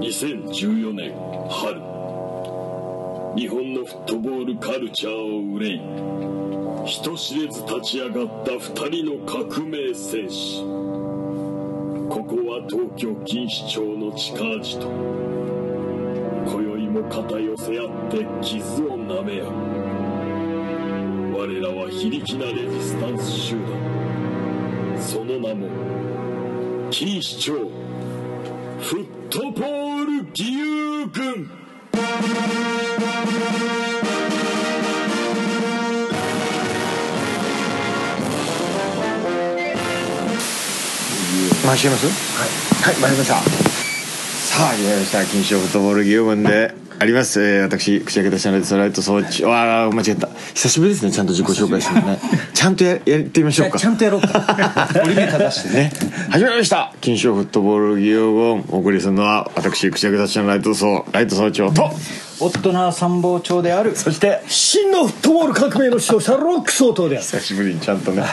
2014年春日本のフットボールカルチャーを憂い人知れず立ち上がった2人の革命戦士ここは東京錦糸町の地下地と今宵も肩寄せ合って傷をなめ合う我らは非力なレジスタンス集団その名も錦糸町フットボール義勇軍回しちゃいますはい参りましたさあ始まりました金賞フットボール牛分であります、えー、私口開けたシャネルソライト装置わあ間違えた久しぶりですねちゃんと自己紹介するの ねちゃんとややってみましょうかちゃんとやろう か折り目正してねね、始まりました金賞フットボール義勇軍お送りするのは私口開けたシャネルライト装ライト装置をと夫な参謀長であるそして真のフットボール革命の指導者ロック相当である久しぶりにちゃん とね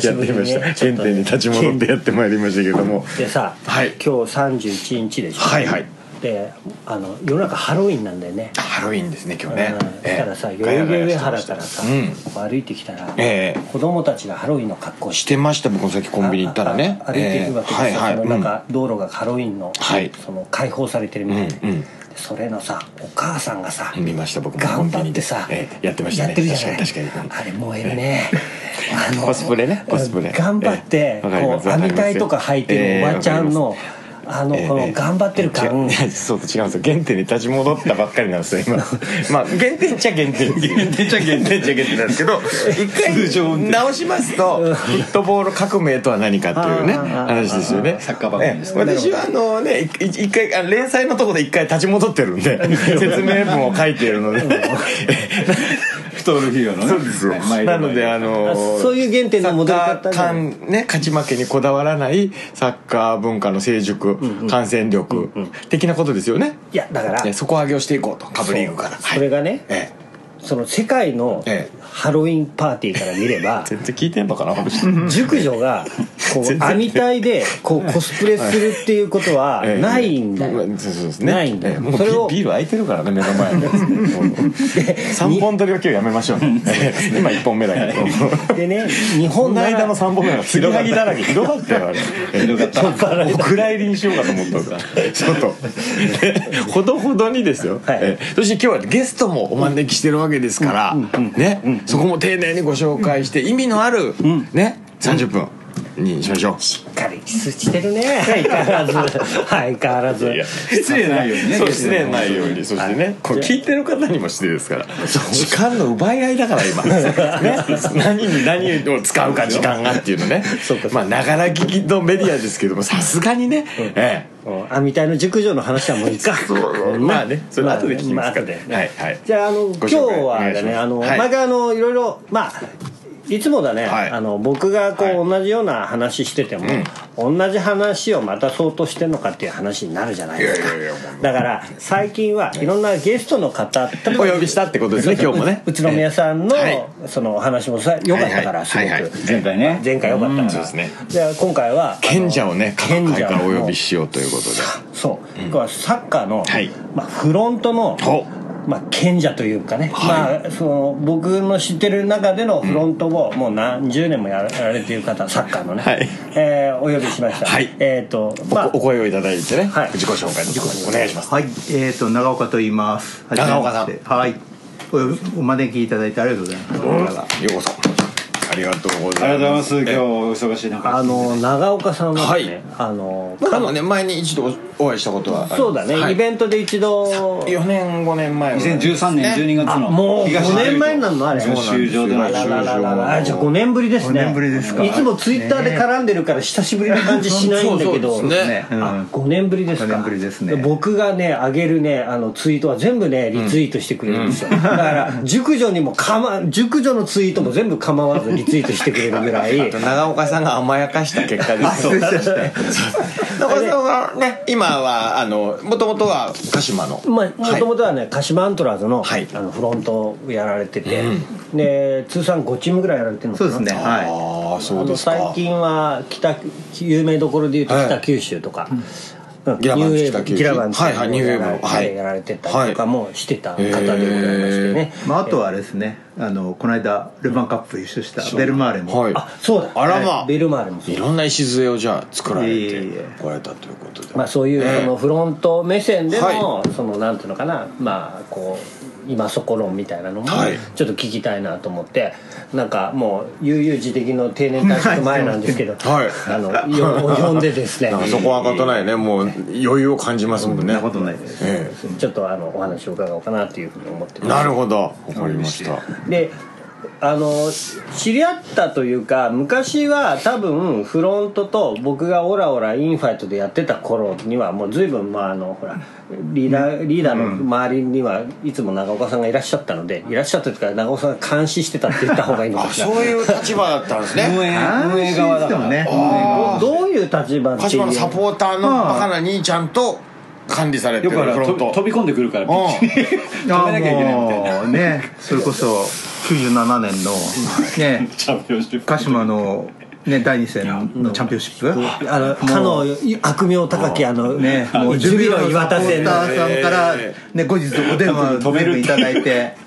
しやっぶてりみまにねした、原点に立ち戻ってやってまいりましたけどもでさ、はい今日31日でしょはいはいであの世の中ハロウィンなんだよねハロウィンですね今日うねん、ええだからさ代々木上原からさ、うんこう歩いてきたら、ええ子供たちがハロウィンの格好をしてました僕もさっきコンビニ行ったらねああ歩いていくわけですよ、ええはいそはいのなんか、道路がハロウィンの,、はいその開放されてるみたいな、うんうんでそれのさお母さんがさ見ました僕も頑張ってさコン、ビニでええやってましたねやってるじゃない確かに確かにあれ燃えるね、あのコスプレねコスプレ頑張ってえ、えわかりまこすうわかり網ます体とか履いてるおばちゃんの、あのええこの頑張ってる感、違ういや そうと違うんですよ原点に立ち戻ったばっかりなんですよ今まあ原点っちゃ原点原点っちゃ原点っちゃ原点なんですけ ど一回直しますとフットボール革命とは何かっていうねあーあー話ですよねサッカー番組ですねええ私はあのねいい一回あの連載のとこで一回立ち戻ってるんで説明文を書いてるので 太る費用のねそうですよ毎度毎度なのであのーあそういう原点の戻りサッカ方ーじゃない感ね勝ち負けにこだわらないサッカー文化の成熟、感染力的なことですよねいやだからで底上げをしていこうと株リーグからそれがね、ええその世界のえハロウィンパーティーから見 れば全然聞いてんのかな 熟女が全こう然網体でこうコスプレするっていうことはええないんだよまあそうそうですねないんだよええもうそれをビビール空いてるからね目の 前の3本取りは今日やめましょうええ今1本目だ けどでね日こ本のなら間の3本 目はつぎはぎだらけひどかったよあれ広がったお蔵入りにしようかと思ったん ですちょっとねほどほどにですよ、はいえーそして今日はゲストもお招きしてるわけですから、ね、そこも丁寧にご紹介して意味のある、ね30分にしましょう、しっかりしてる ね相変わらず相変わらず 失礼ないようにねそう失礼ないようにそしてねこれ聞いてる方にも失礼ですから時間の奪い合いだから今ね何に何を使うか時間がっていうのねそうかそうかまあながら聞きのメディアですけどもさすがにね、ええうん網体の熟女の話はもういいかそうまあねそれ後で聞きますから、まあ後ではいはいじゃああの今ご日紹介おは願いしますねあの、はい毎回あのいろいろまあいつもだね、はいあの僕がこう、はい同じような話してても、同じ話をまたそうとしてんのかっていう話になるじゃないですかいやいやいやもだから最近はいろんなゲストの方とお呼びしたってことですね今日もね宇都宮さんの、はいそのお話もさ良かったから、はいはいすごく、はいはい前回ね前回良かったから、そうですねじゃあ今回は賢者をね各賢界者からお呼びししようということでそう、これはサッカーの、はいまあ、フロントのほ、まあ、賢者というかね、はいまあ、その僕の知ってる中でのフロントをもう何十年もやらやられている方サッカーのね、はいえーお呼びしました、はいえっ、とまあおお声をいただいてね、はい自己紹介の方お願いしますはい、えー、と長岡と言います。はじめましてはい、お呼びお招きいただいてありがとうございます。ようこそありがとうごあざりがいとうございまますす今日お忙しい中あの長岡さんはですね、はいあの僕あのね前に一度お会いしたことはあるそうだね、はいイベントで一度4年5年前2013年12月あのもう東五年前になるのあれ練習場でのあらららららじゃあ5年ぶりですね五年ぶりですかいつもツイッターで絡んでるから久しぶりな感じしないんだけどそうそうですねうんあ5年ぶりですか五年ぶりですね僕がね上げるねあのツイートは全部ねリツイートしてくれるんですよ、だから熟女にもかま熟女のツイートも全部構わずリツイートしてくれるぐ らい長岡さんが甘やかした結 果ですそう長岡さんはね今はあのもともとは鹿島のまあ、もともとはね鹿島アントラーズの,、はいあのフロントをやられてて、で通算5チームぐらいやられてるのかそうなですね。はああそうあのですか最近は北有名どころでいうとはい北九州とか、うんギラバンニューウェー北ブ九州ギラバンはいはいニューウェーブのははいいやられてたりとかもしてた方でございましてね、まあ、あとはあれですねあのこの間ルヴァンカップ優勝したベルマーレも、はいあそうだあらまはいベルマーレもそういろんな礎をじゃあ作られいえいえいてえこられたということで、まあ、そういうそのフロント目線での、はそのなんていうのかなまあこう今そこ論みたいなのもはいちょっと聞きたいなと思ってなんかもう悠々自適の定年退職前なんですけど、 はいあのよ呼んでです ねなんかそこはことないねもう余裕を感じますもんそんねなことないです、えちょっとあのお話を伺おうかなというふうに思ってえますなるほどわかりましたであの知り合ったというか昔は多分フロントと僕がオラオラインファイトでやってた頃にはもう随分まああのほらリーダーリーダーの周りにはいつも長岡さんがいらっしゃったのでいらっしゃったというか長岡さんが監視してたって言った方がいいのあかしらそういう立場だったんです 運ね営あー運営側だからねどどういう立場って鹿い島うのサポーターのバカな兄ちゃんと管理されてよるくフあらロント飛び込んでくるからピッチに止めなきゃいけないみたいなあもうねそれこそ97年 のねチャンピオンシップ鹿島の、ね、第2戦のチャンピオンシップあのかの悪名高きあのね、もうジュビロ磐田線サのポーターさんから、ね、後日お電話止める全部いただいて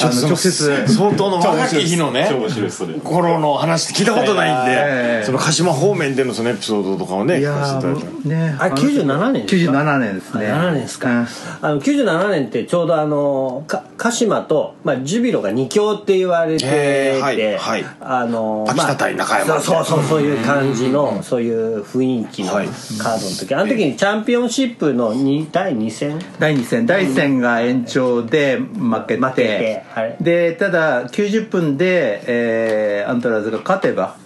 あのその直接相当の若き日のね超面白いですそれ頃の話って聞いたことないんで、ええその鹿島方面でのそのエピソードとかをねい聞やかせていただいたーねあれ97年です97年ですかね7年ですか、うんあの97年ってちょうどあのか鹿島と、まあ、ジュビロが2強って言われてへて、ーはいはいあのま秋あ田対中山そうそうそうそういう感じのそういう雰囲気のカはーいドの時あの時にチャンピオンシップの2第2戦第2戦第1戦が延長で負け負けててはいでただ90分で、えーアントラーズが勝てば、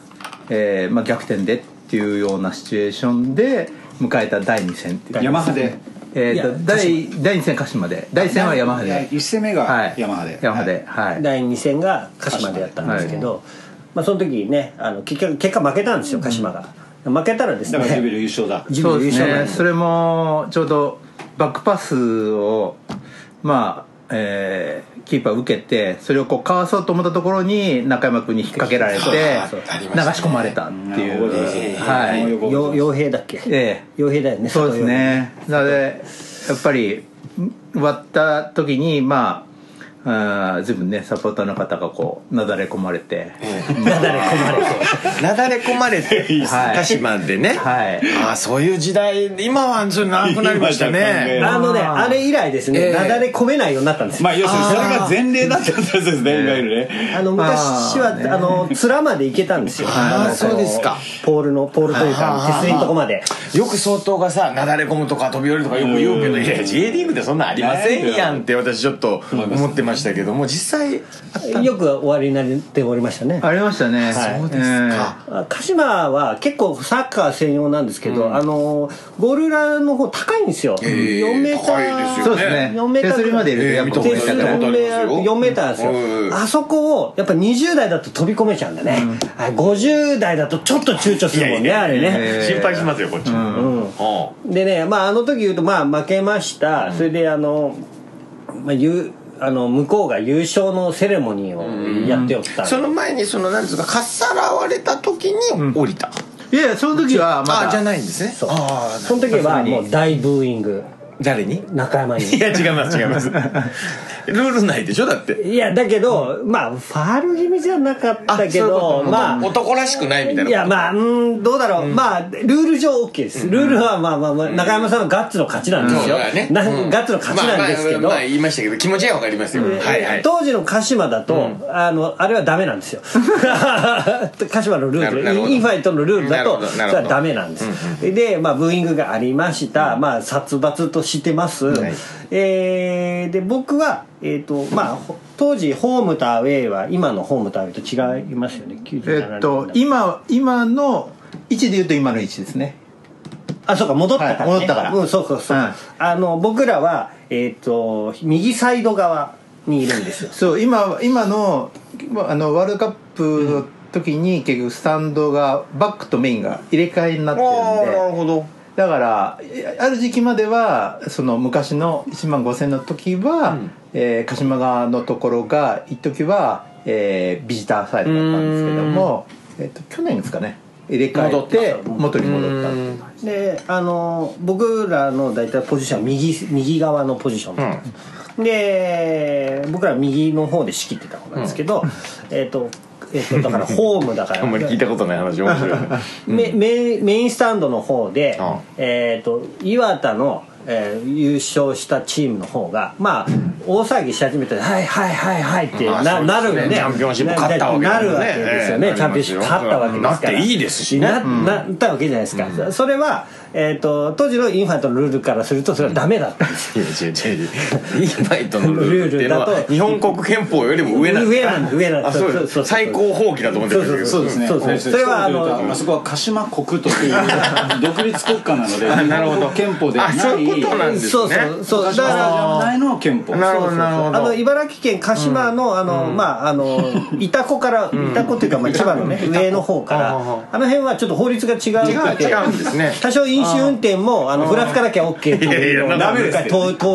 えーまあ、逆転でっていうようなシチュエーションで迎えた第2戦っていう、ヤマハでえーいやと第第2戦鹿島で第1戦はヤマハで1戦目がヤマハでヤマハではい、第2戦が鹿島でやったんですけど、まあ、その時ねあの結局結果負けたんですよ鹿島が、負けたらですだからジュビねロ優勝だジそュうビでロ優す勝なんねでそれもちょうどバックパスをまあえーキーパー受けてそれをこうかわそうと思ったところに中山君に引っ掛けられて流しあありましたね込まれたっていう、ははいいよ傭兵だっけええ傭兵だよねそうですねなのでやっぱり割った時にまああー随分ねサポーターの方がこうなだれ込まれて、 なだれ込まれてなだれ込まれてはい鹿島でね、はいああそういう時代今はそれなくなりましたね今あのね、あれ以来ですね、ええなだれ込めないようになったんですよ。まあ要するにそれが前例だったってやつですねいわゆる ね あの昔はあ、の面まで行けたんですよ。あーのそうですか。ポールのポールというか手すりのとこまで。よく相当がさなだれ込むとか飛び降りるとかよく言うけどいや J リーグでそんなんありませんやんって私ちょっと思ってましたけども実際よく終わりになっておりましたね。ありましたね、そうですかあ鹿島は結構サッカー専用なんですけど、あのゴール裏の方高いんですよ。え4メーター。高いですえーよそうですね4メーター手すりまで入れてやっぱえー見たことないやっこうやって手数たことありますよ4メーターですよ、うんあそこをやっぱ20代だと飛び込めちゃうんだね、あ50代だとちょっと躊躇するもんねいやあれね、心配しますよこっちうんでね、まあ、あの時言うと、まあ、負けました、それであの、まあ、ゆあの向こうが優勝のセレモニーをやっておった、その前にそのなんつうかかっさらわれた時に降りたいやいやその時はまあだじゃないんですねそうあその時はもう大ブーイングあ誰に 中山にいや違います違いますルールないでしょだっていやだけど、まあファール気味じゃなかったけどまあ男らしくないみたいいなやまあうんどうだろう、まあルール上 OK です、ルールはまあまあ、まあ、中山さんのガッツの勝ちなんですよ、そうだねなうんガッツの勝ちなんですけまど、あまあまあ言いましたけど気持ちはわかりますよはいはい当時の鹿島だと、あのあれはダメなんですよ 鹿島のルールなるほどインファイトのルールだとなるほそどなるほどれはダメなんです、で、まあ、ブーイングがありました、まあ、殺伐としてます、えーで僕は、えーとまあ、ほ当時ホームとアウェイは今のホームとアウェイと違いますよね97年えっと今今の位置で言うと今の位置ですねあそうか戻ったから、ねはい戻ったからうんそうそうそう、うんあの僕らは、えー、と右サイド側にいるんですよそう今今のまあのワールドカップの時に結局スタンドがバックとメインが入れ替えになってるんで、ほどだからえある時期まではその昔の1万5000の時は、えー鹿島側のところが一時は、えービジターサイドだったんですけども、えっと去年ですかね入れ替えて元に戻ったであの僕らの大体ポジションは右右側のポジションだったんです、で僕ら右の方で仕切ってた方なんですけど、えっ、と,、えっとだからホームだからあんまり聞いたことない話面 白いメメインメインスタンドの方で、うんえー、と岩田の、えー優勝したチームの方がまあ大騒ぎし始めて「はいはいはいはい」ってまあな,、そうですねなるよねチャンピオンシップ勝ったわけなだもんるねわけですよね、ええチャンピオンシップ勝ったわけですからなっていいですしねななったわけじゃないですか、それは、えー、と当時のインファントのルールからするとそれはダメだったんですいや違う違う違うインファイトのルールっていうのルールだはと日本国憲法よりも上なんだ上なんだ上なんだあそうそうそうですそう最高法規だと思ってたんだけどそうそうそうそうそれはあのあそこは鹿島国という 独立国家なので日本国憲法ではあなそういいうことなんですねそうそうそうだ鹿島スタジからアム内の憲法なるほどなるほあのど茨城県鹿島のあの、まああのイタコから、イタコっていうかまあ千葉のね上の方からあの辺はちょっと法律が違うくて違う違うんですね多少飲酒運転もあのふらつかなきゃ OK っていうのいやいやダがメですよ当当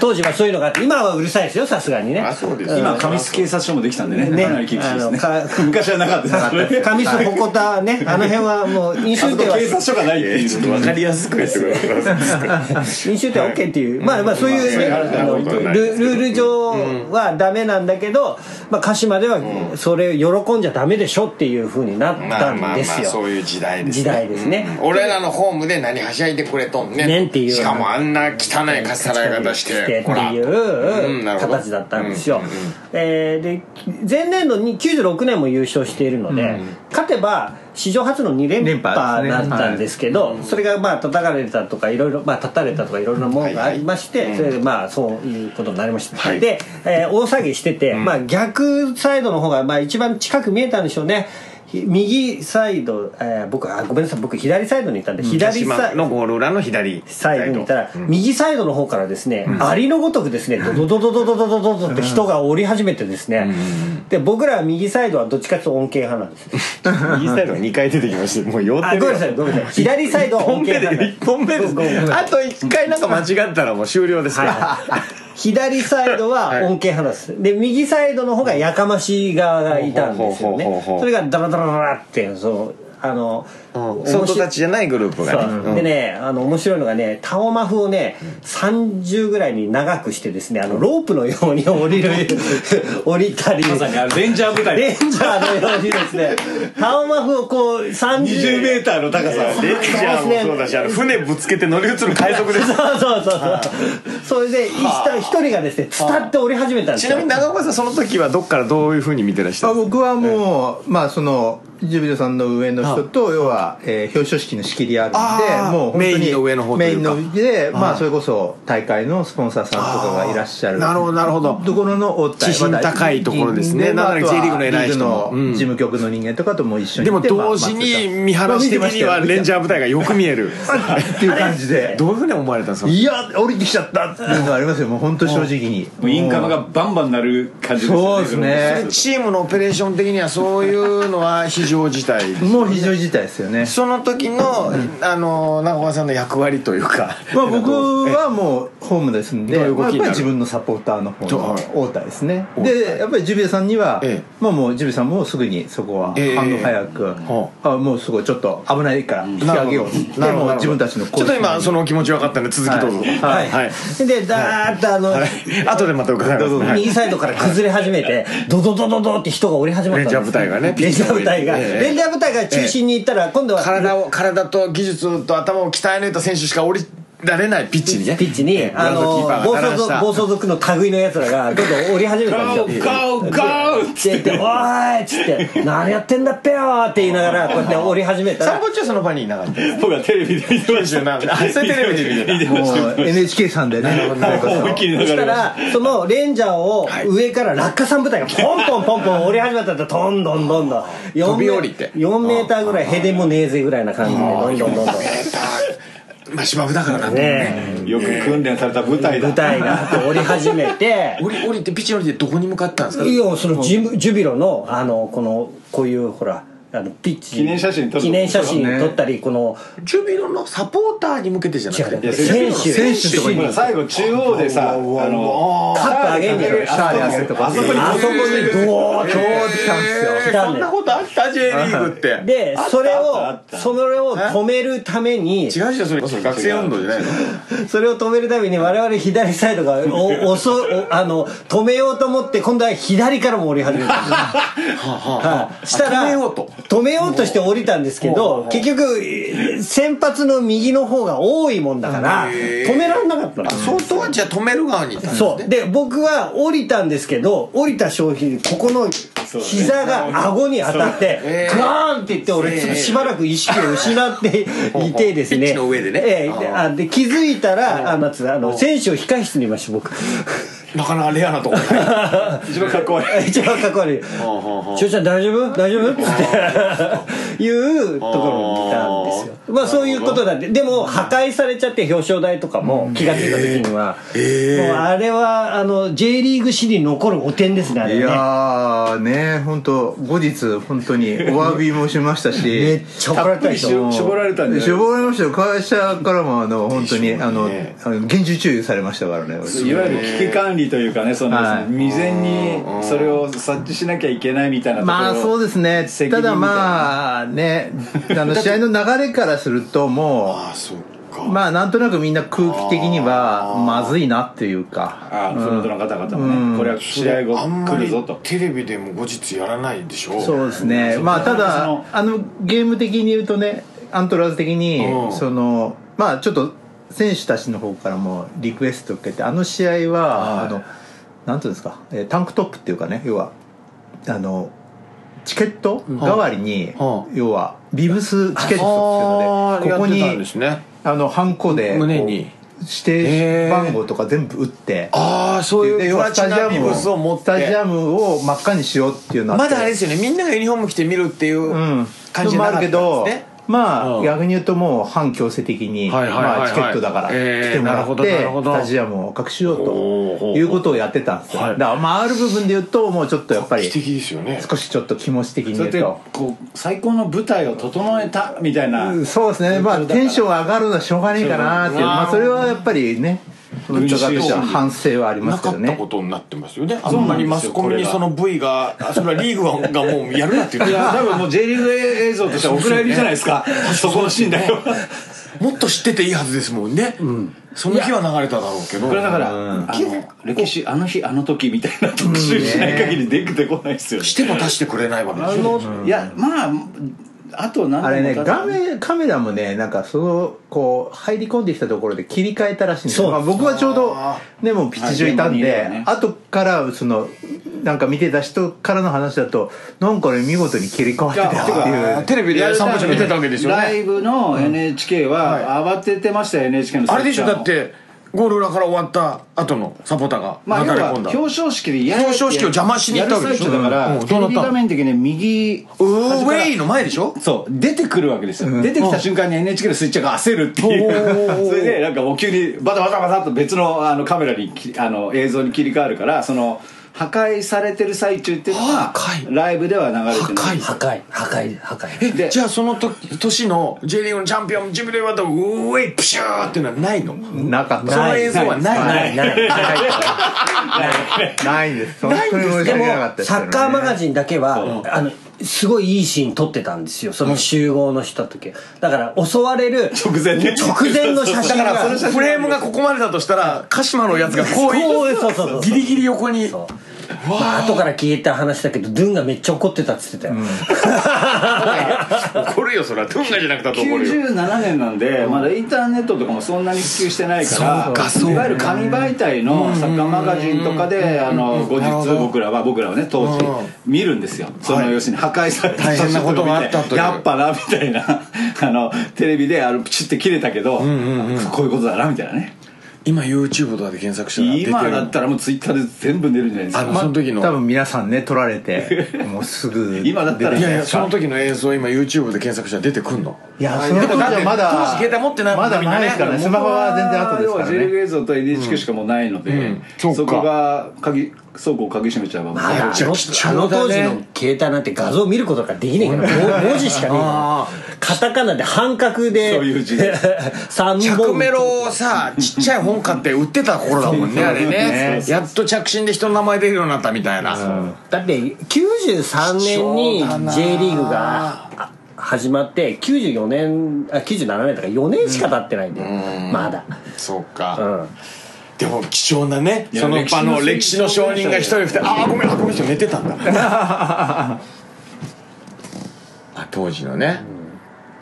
当時はそういうのがあって今はうるさいですよさすがにねあそうですね今神栖警察署もできたんでねねかなり厳しいですねあのか 昔はなかったですね上須鉾田ねあの辺はもう飲酒運あそこ転は警察署がないっていうちょっと分かりやすくやってください飲酒店 OK っていう、まあまあそういうね、まあそういうあのルことはないですけどルール上はダメなんだけど、まあ鹿島ではそれ喜んじゃダメでしょっていうふうになったんですよ、そういう時代です時代ですね、俺らのホームで何はしゃいでくれとんねんねんっていうしかもあんな汚いかっさらい方ししてっほてらいうんうなるほど形だったんですよ、えーで前年度に96年も優勝しているので、勝てば史上初の2連連覇覇ですだねったんですけど、それがまあ叩かれたとかいろいろまあ立たれたとかいろいろなものがありまして、それでまあそういうことになりました、はいで、えー大騒ぎしてて、まあ逆サイドの方がまあ一番近く見えたんでしょうねひ右サイド、えー僕あごめんなさい僕左サイドにいたんで左鹿サ島イドのゴール裏の左サイドにいたら、右サイドの方からですね、アリのごとくですね、ドドドドドドドドドドって人が降り始めてですね、で、僕らは右サイドはどっちかというと恩恵派なんです。右サイドが2回出てきましてもう酔ってあ、るごめんなさい、ごめんなさい。左サイドは恩本恵目派なんでで一本目ですあと1回なんか間違ったらもう終了ですからす。左サイドは恩恵派なんです。で、右サイドの方がやかましい側がいたんですよほうほうほうねほうほう。それがダラダラダラって、そう、あの、そ面白の人たちじゃないグループがねそうでねあの面白いのがねタオマフをね30ぐらいに長くしてですねあのロープのように降 りる降りたりまさにあのレンジャー部隊レンジャーのようにですねタオマフをこう30 20メーターの高さレンジャーもそうだしあの船ぶつけて乗り移る快速ですそうそうそうそうそれで一人一人がですね伝って降り始めたんですちなよみに長岡さんその時はどっからどういうふうに見てらっしゃあるんですか僕はもう、まあそのジュビロさんの上の人と要は、えー表彰式の仕切りあるあーんでもう本当にメインの上の方というかメインの上で、まあ、それこそ大会のスポンサーさんとかがいらっしゃるなるほどなるほどところのお知心高いところですねまあなんなら J リーグの偉い人もあとはリーグの事務局の人間とかとも一緒にでも行ってまあ同時まあに見晴らし的にはレンジャー部隊がよく見えるっていう感じでどういうふうに思われたんですかいや降りてきちゃったっていうのがありますよもう本当正直にもうインカムがバンバンなる感じですよねそうですねチームのオペレーション的にはそういうのは非常事態もう非常事態ですよねその時のあの長岡さんの役割というかまあ、僕はもうホームですんでどういう動まあきにやなっぱるり自分のサポーターの方どのう太田ですね太田でやっぱりジュビエさんには、えまあ、もうジュビエさんもすぐにそこはええ反応早く、ほあもうすごいちょっと危ないから引きなる上ほげどようっつってなるほどなるもうほど自分たちのコーちスょっと今そのお気持ち分かったんで続きどうぞはいはいでダーッとあの、あとでまた伺いますはい右サイドから崩れ始めて、ドドドドドって人が降り始まったんですレンジャー部隊がねレンジャー部隊ピッチの上が、にええレンジャー部隊が中心に行ったら、今度は、体を体と技術と頭を鍛え抜いた選手しか降りられないピッチにねピッチに、あの暴走族暴走族の類のやつらがどんどん降り始めたんですよ。ゴーゴーゴーって言って「おーい!」っつって「何やってんだっぺよ!」って言いながらこうやって降り始めたサンらボチューその場にいなかった僕はテレビで見てました97あそれテレビで見てた見てまもしう NHK さんでねた思いっきりそ流したれましたらそのレンジャーを上から落下三部隊がポンポンポンポン降り始めたってどんどんどんどん飛び降りて4メーターぐらいヘデもねえぜぐらいな感じでどんどんどんどんね まあ芝生だからなんで えよく訓練された舞台だ舞台が降り始めて 降り降りてピッチに降りてどこに向かったんですかいやそのジムジュビロのあのこのこういうほらあのピッチ記念写真撮る記念写真撮ったりこの中ビロのサポーターに向けてじゃなくて違う選手選手とかにほら最後中央でさあのカップ上げんねシャーで汗とかあそこにあそこにドーッ今日来たんですよ来たそんんだなよことあった J リーグってでそれあをったそれを止めるために違うじゃんそれそれ学生運動じゃないのそれを止めるために我々左サイドがおおそおあの止めようと思って今度は左からも降り始めたんですよはいしたら止めようと止めようとして降りたんですけど結局えー先発の右の方が多いもんだから止められなかったの相当はじゃあ止める側にいたんですねそうで僕は降りたんですけど降りた商品ここの膝が顎に当たってええグワーンって言って俺ええしばらく意識を失っていてですねピッチの上でねええであで気づいたらあなんつうのあの選手を控え室にいました僕なかなかレアなとこ一番かっこいい一番かっこ悪い「しゅうちゃん大丈夫大丈夫?」っつっていうところにいたんですよまあそういうことだってでも破壊されちゃって表彰台とかも気が付いた時にはもうあれはあの J リーグ史に残る汚点ですねあれいはねやーね本当後日本当にお詫びもし ましたしめっちゃ怒られたでしょたっぷりし絞られたんじゃない絞られましたよ会社からもあの本当に、あのあの厳重注意されましたからねいわゆる危機管理というかねそのはい未然にそれを察知しなきゃいけないみたいなところまあそうですね責任ただみたいなまあねあの試合の流れからするともあそうかうまあなんとなくみんな空気的にはまずいなっていうかあフロントの方々もね、これは試合後あんま来るりぞとテレビでも後日やらないでしょそうですね、まあたそだのあのゲーム的に言うとねアントラーズ的に、うんそのまあちょっと選手たちの方からもリクエストを受けてあの試合は、はいあのなんていうんですか、えータンクトップっていうかね要はあのチケット代わりに、は要はビブスチケットっていうのでやここってたんにですねあのハンコで胸にこう指定番号とか全部打って。ああそういうで要プはラスチタジナアビムブスを持をっスタジてアムを真っ赤にしようっていうのはまだあれですよねみんながユニフォーム着て見るっていううん感じじゃなかったんですねもあるけどまあ、うん逆に言うともう反強制的に、はいはいはいはいまあ、チケットだからえー来てもらっなて、るほどなるほどスタジアムを隠しようほうほうほとういうことをやってたんですよ、はいだからまあある部分で言うともうちょっとやっぱ画り期的ですよね少しちょっと気持ち的にそう言やうってと。こう最高の舞台を整えたみたいな、そうですね、まあ、テンション上がるのはしょうがねえかなっていう、そうまあ、それはやっぱりね、文化としては反省はありまなすけかどったねこ。とになってますよねあそうんまなんですよりマスコミにその部位があそれはリーグはがもうやるなって言っいて や多分もう J リーグ映像としてはお蔵入りじゃないですかそこのシーンだよもっと知ってていいはずですもんねその日は流れただろうけどこれだから、あの歴史あの日あの時みたいな特集しない限りできてこないですよねしても出してくれないわけでしょいやまああと何あれね、年も経た画面、カメラもね、なんかその、こう、入り込んできたところで切り替えたらしいんですそよ。うまあ、僕はちょうど、ね、もうピッチ上いたんはいで、現場にいるよね後から、その、なんか見てた人からの話だと、なんかね、見事に切り替わってたっていう。テレビで三部見てたわけですよライねブの NHK は慌ててましたよ NHK のあれでしょセだッっターのてゴール裏から終わった後のサポーターがまあ、な要だれは込んだ表彰式でやる表彰式を邪魔しに行ったわけでしょやる最中だから、うんテどうなレったビ画面的に右ウーウェイの前でしょそう出てくるわけですよ、出てきた瞬間に NHK のスイッチャーが焦るっていう それでなんかもう急にバタバタバタっと別のあのカメラにきあの映像に切り替わるからその破壊されてる最中っていうのは破壊ライブでは流れてない破破壊破壊破壊えでじゃあその時年の J リーグのチャンピオンジムレワードウーウェイプシューっていうのはないのなかっそた。の映像はないないないないないんです。本ないん当でにす申しで訳もなかったですサけどッねカーマガジンだけはあのすごいいいシーン撮ってたんですよその集合の人の時だから襲われる直前ね直前の写だ真かがらそのフレームがここまでだとしたら鹿島のやつがこうこういそうそうそううギリギリ横にそうまあ後から聞いた話だけどドゥンがめっちゃ怒ってたっつってたよ、怒るよそれはトゥンガじゃなくたと怒るよ97年なんで、まだインターネットとかもそんなに普及してないからそうかそうかいわゆる紙媒体のサッカーマガジンとかで、あの後なるほ日ど僕らは僕らはね当時見るんですよ、その要するに破壊された大変なことがあったというやっぱなみたいな あのテレビであのプチって切れたけど、こういうことだなみたいなね今 YouTube とかで検索したら出てる今だったらもうツイッターで全部出るんじゃないですあかのその時の多分皆さんね、撮られて、もうすぐ。今だったらいねやいやその時の映像今 YouTube で検索したら出てくんのいや、その時はまだ、当時携帯持ってないもんまだないですからね。スマホは全然後です要かはら J リーね。グ映像と NHK しかもうないので、んうんそうかそこが鍵倉庫を鍵閉めちゃえばもうまだあのちゃ貴重だねあの当時の携帯なんて画像見ることができねえから文文字しかねえからカタカナで半角でそういう字 三着本メロをさちっちゃい本買って売ってた頃だもんねあれねやっと着信で人の名前出るようになったみたいなだって93年に J リーグがあ始まって94年あ97年だから4年しか経ってないんだよ、まだそううかんでも貴重なねやその場の歴歴史史のの証人が一人二人ああごめんあこの人寝てたんだあ当時のね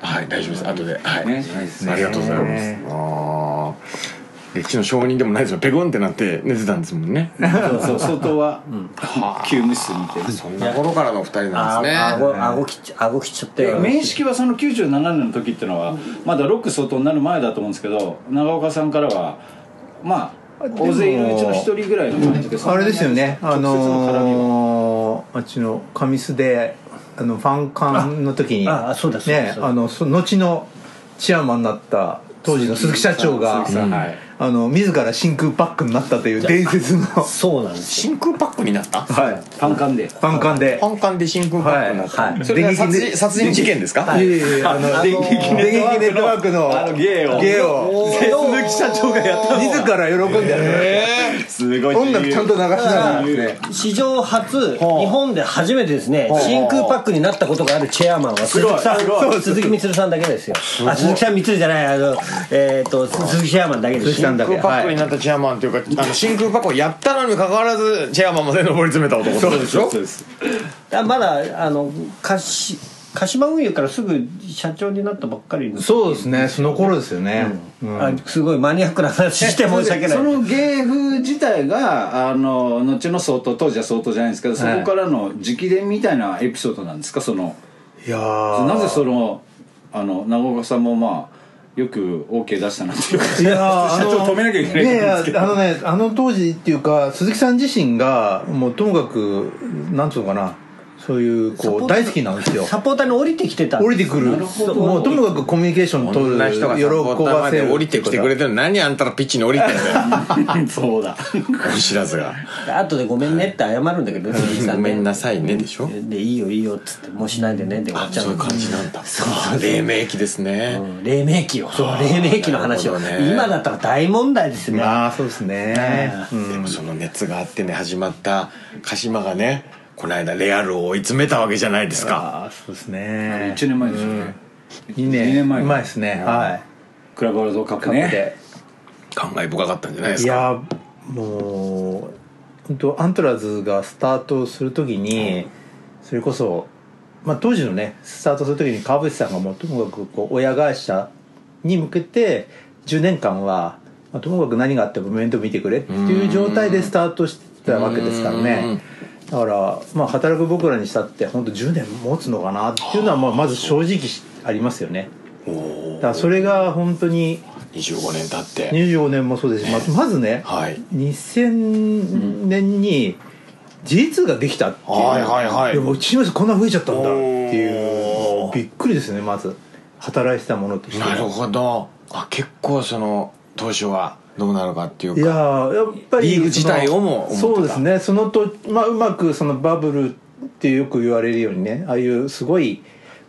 はい大丈夫です後ではいねないですねありがとうございますあー歴史の証人でもないですよペコンってなって寝てたんですもんねそうそう相当は急務室にいてそんな頃からの二人なあんですねご顎切っちゃ顎切っちゃったでよ面識はその97年の時ってのはまだロック相当になる前だと思うんですけど長岡さんからはまあ大勢いるうちの一人ぐらいの感じでそんあなにれですよねあ直接の絡みはのー、あっちの神栖であのファンカンの時にああそうだそうだねそうだあのそ後のチェアマンになった当時の鈴木社長が鈴木さんうんはいあの自ら真空パックになったという伝説のはそうなんです真空パックになったいパンカンでファンカンで。本館で真空パックになった、はいはいそれが電撃殺で人殺人事件ですか、いやいやいやあの電撃ネットワークのあの芸を芸を鈴木社長がやった自ら喜んですごい音楽ちゃんと流しながらですね史上初日本で初めてですね真空パックになったことがあるチェアマンは鈴木さん鈴木光さんだけですよあ鈴木さん光じゃないあのえっと鈴木チェアマンだけです鈴木さんだ真け空パックはにいなったチェアマンというか、あの真空パックをやったのにかかわらずチェアマンまで上り詰めた男そうでしょそうですあまだあの鹿し鹿島運輸からすぐ社長になったばっかりのそうですねその頃ですよねうんあすごいマニアックな話して申し訳ないその芸風自体があの後の相当当時は相当じゃないんですけど、そこからの直伝みたいなエピソードなんですかそのいやーなぜそのあの長岡さんもまあよく OK 出したなっていうかいやー社長止めなきゃいけないいと思うんやですけいどやあのねあの当時っていうか鈴木さん自身がもうともかくなんつうのかなそういうこう大好きなんですよサポーターに降りてきてた降りてくるもうともかくコミュニケーション取こんるな人が喜さボタンまばせでる降りてきてくれてるのに何あんたらピッチに降りてんだよ そうだ知らずが後でごめんねって謝るんだけど鈴木さんごねめんなさいねでしょでいいよいいよっつってもうしないでねって終わっちゃうそういう感じなんだ黎明期ですね、うん黎明期よそう 黎明期の話を、なるほどね今だったら大問題ですねああそうですねうんでもその熱があってね始まった鹿島がねこの間レアルを追い詰めたわけじゃないですかああそうですね1年前でしょうね2 2年年前前前ですねはクラブワールドカップいねで感慨深かったんじゃないでいすかやーもう本当アントラーズがスタートするときにそれこそ、まあ、当時のねスタートするときに川淵さんがもうともかくこう親会社に向けて10年間は、まあ、ともかく何があっても面倒見てくれっていう状態でスタートしてたわけですからねだから、まあ、働く僕らにしたって本当10年持つのかなっていうのはまあまず正直ありますよねだからそれが本当に25年経って24年もそうですしまずまずねはい2000年に J2 ができたっていう、はいはいはいやもううちの人こんな増えちゃったんだっていおーうびっくりですねまず働いてたものとしてなるほどあ結構その当初はどうなのかっていうかいやーやっぱりリーグ自体をも思ってたそうですねそのと、まあ、うまくそのバブルってよく言われるようにねああいうすごい、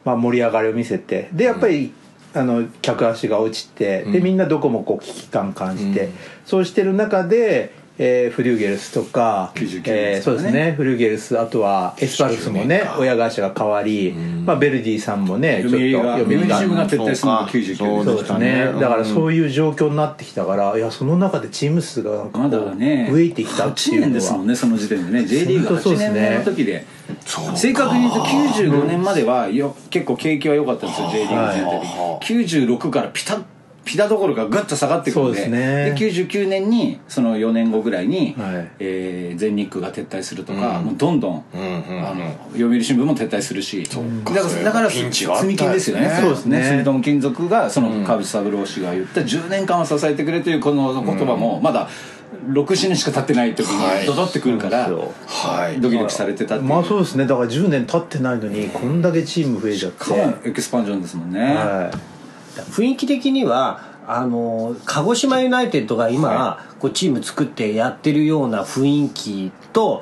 まあ、盛り上がりを見せてでやっぱり、あの客足が落ちてでみんなどこもこう危機感感じて、うんそうしてる中で、えーフリューゲルスとか99えーそうですねフリューゲルスあとはエスパルスも99ねか親会社が変わり、まあ、ベルディさんもねちょっと読売が読売が読売が徹底するのが99そうかそうですねうんだからそういう状況になってきたから、いやその中でチーム数がなんかこまうだね増えてきたってい8う年のですは、もんねその時点でね J リーグ本当そう8です年ね目の時で正確に言うと95年まではよ結構景気は良かったんですよ J リーグ全体で96からピタッピタどころかグッと下がってくるんでそうですね99年にその4年後ぐらいに、はいえー全日空が撤退するとか、もうどんどん、んうんうんあの読売新聞も撤退するしかだかそういうらだからピンチ積はあったよねみ金ですよねそうですね住友金属がその川淵三郎氏が言った10年間は支えてくれというこの言葉もまだ67年しか経ってない時はいにドドってくるからそうはいドキドキされてたっていうまあそうですねだから10年経ってないのにこんだけチーム増えちゃって、かなりエクスパンジョンですもんね、は雰囲気的にはあの鹿児島ユナイテッドが今、こうチーム作ってやってるような雰囲気と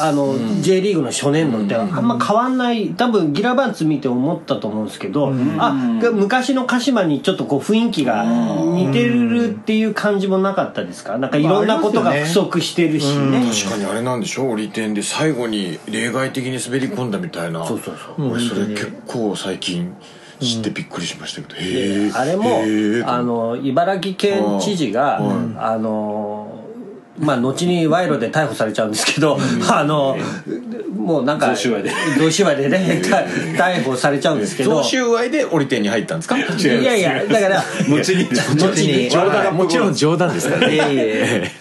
あの、J リーグの初年度ってあんま変わんない多分ギラバンツ見て思ったと思うんですけど、あ昔の鹿島にちょっとこう雰囲気が似てるっていう感じもなかったですかなんかいろんなことが不足してるしね。確かにあれなんでしょ折り点で最後に例外的に滑り込んだみたいなそうそうそう俺それ結構最近知ってびっくりしましたけど、へえあれもへえあの茨城県知事があのまあ後に賄賂で逮捕されちゃうんですけどあのもうなんか贈収賄で贈収賄 でね逮捕されちゃうんですけ贈ど収賄で折り点に入ったんですかいやいやだから後に後に冗談もちろん冗談ですからね、はい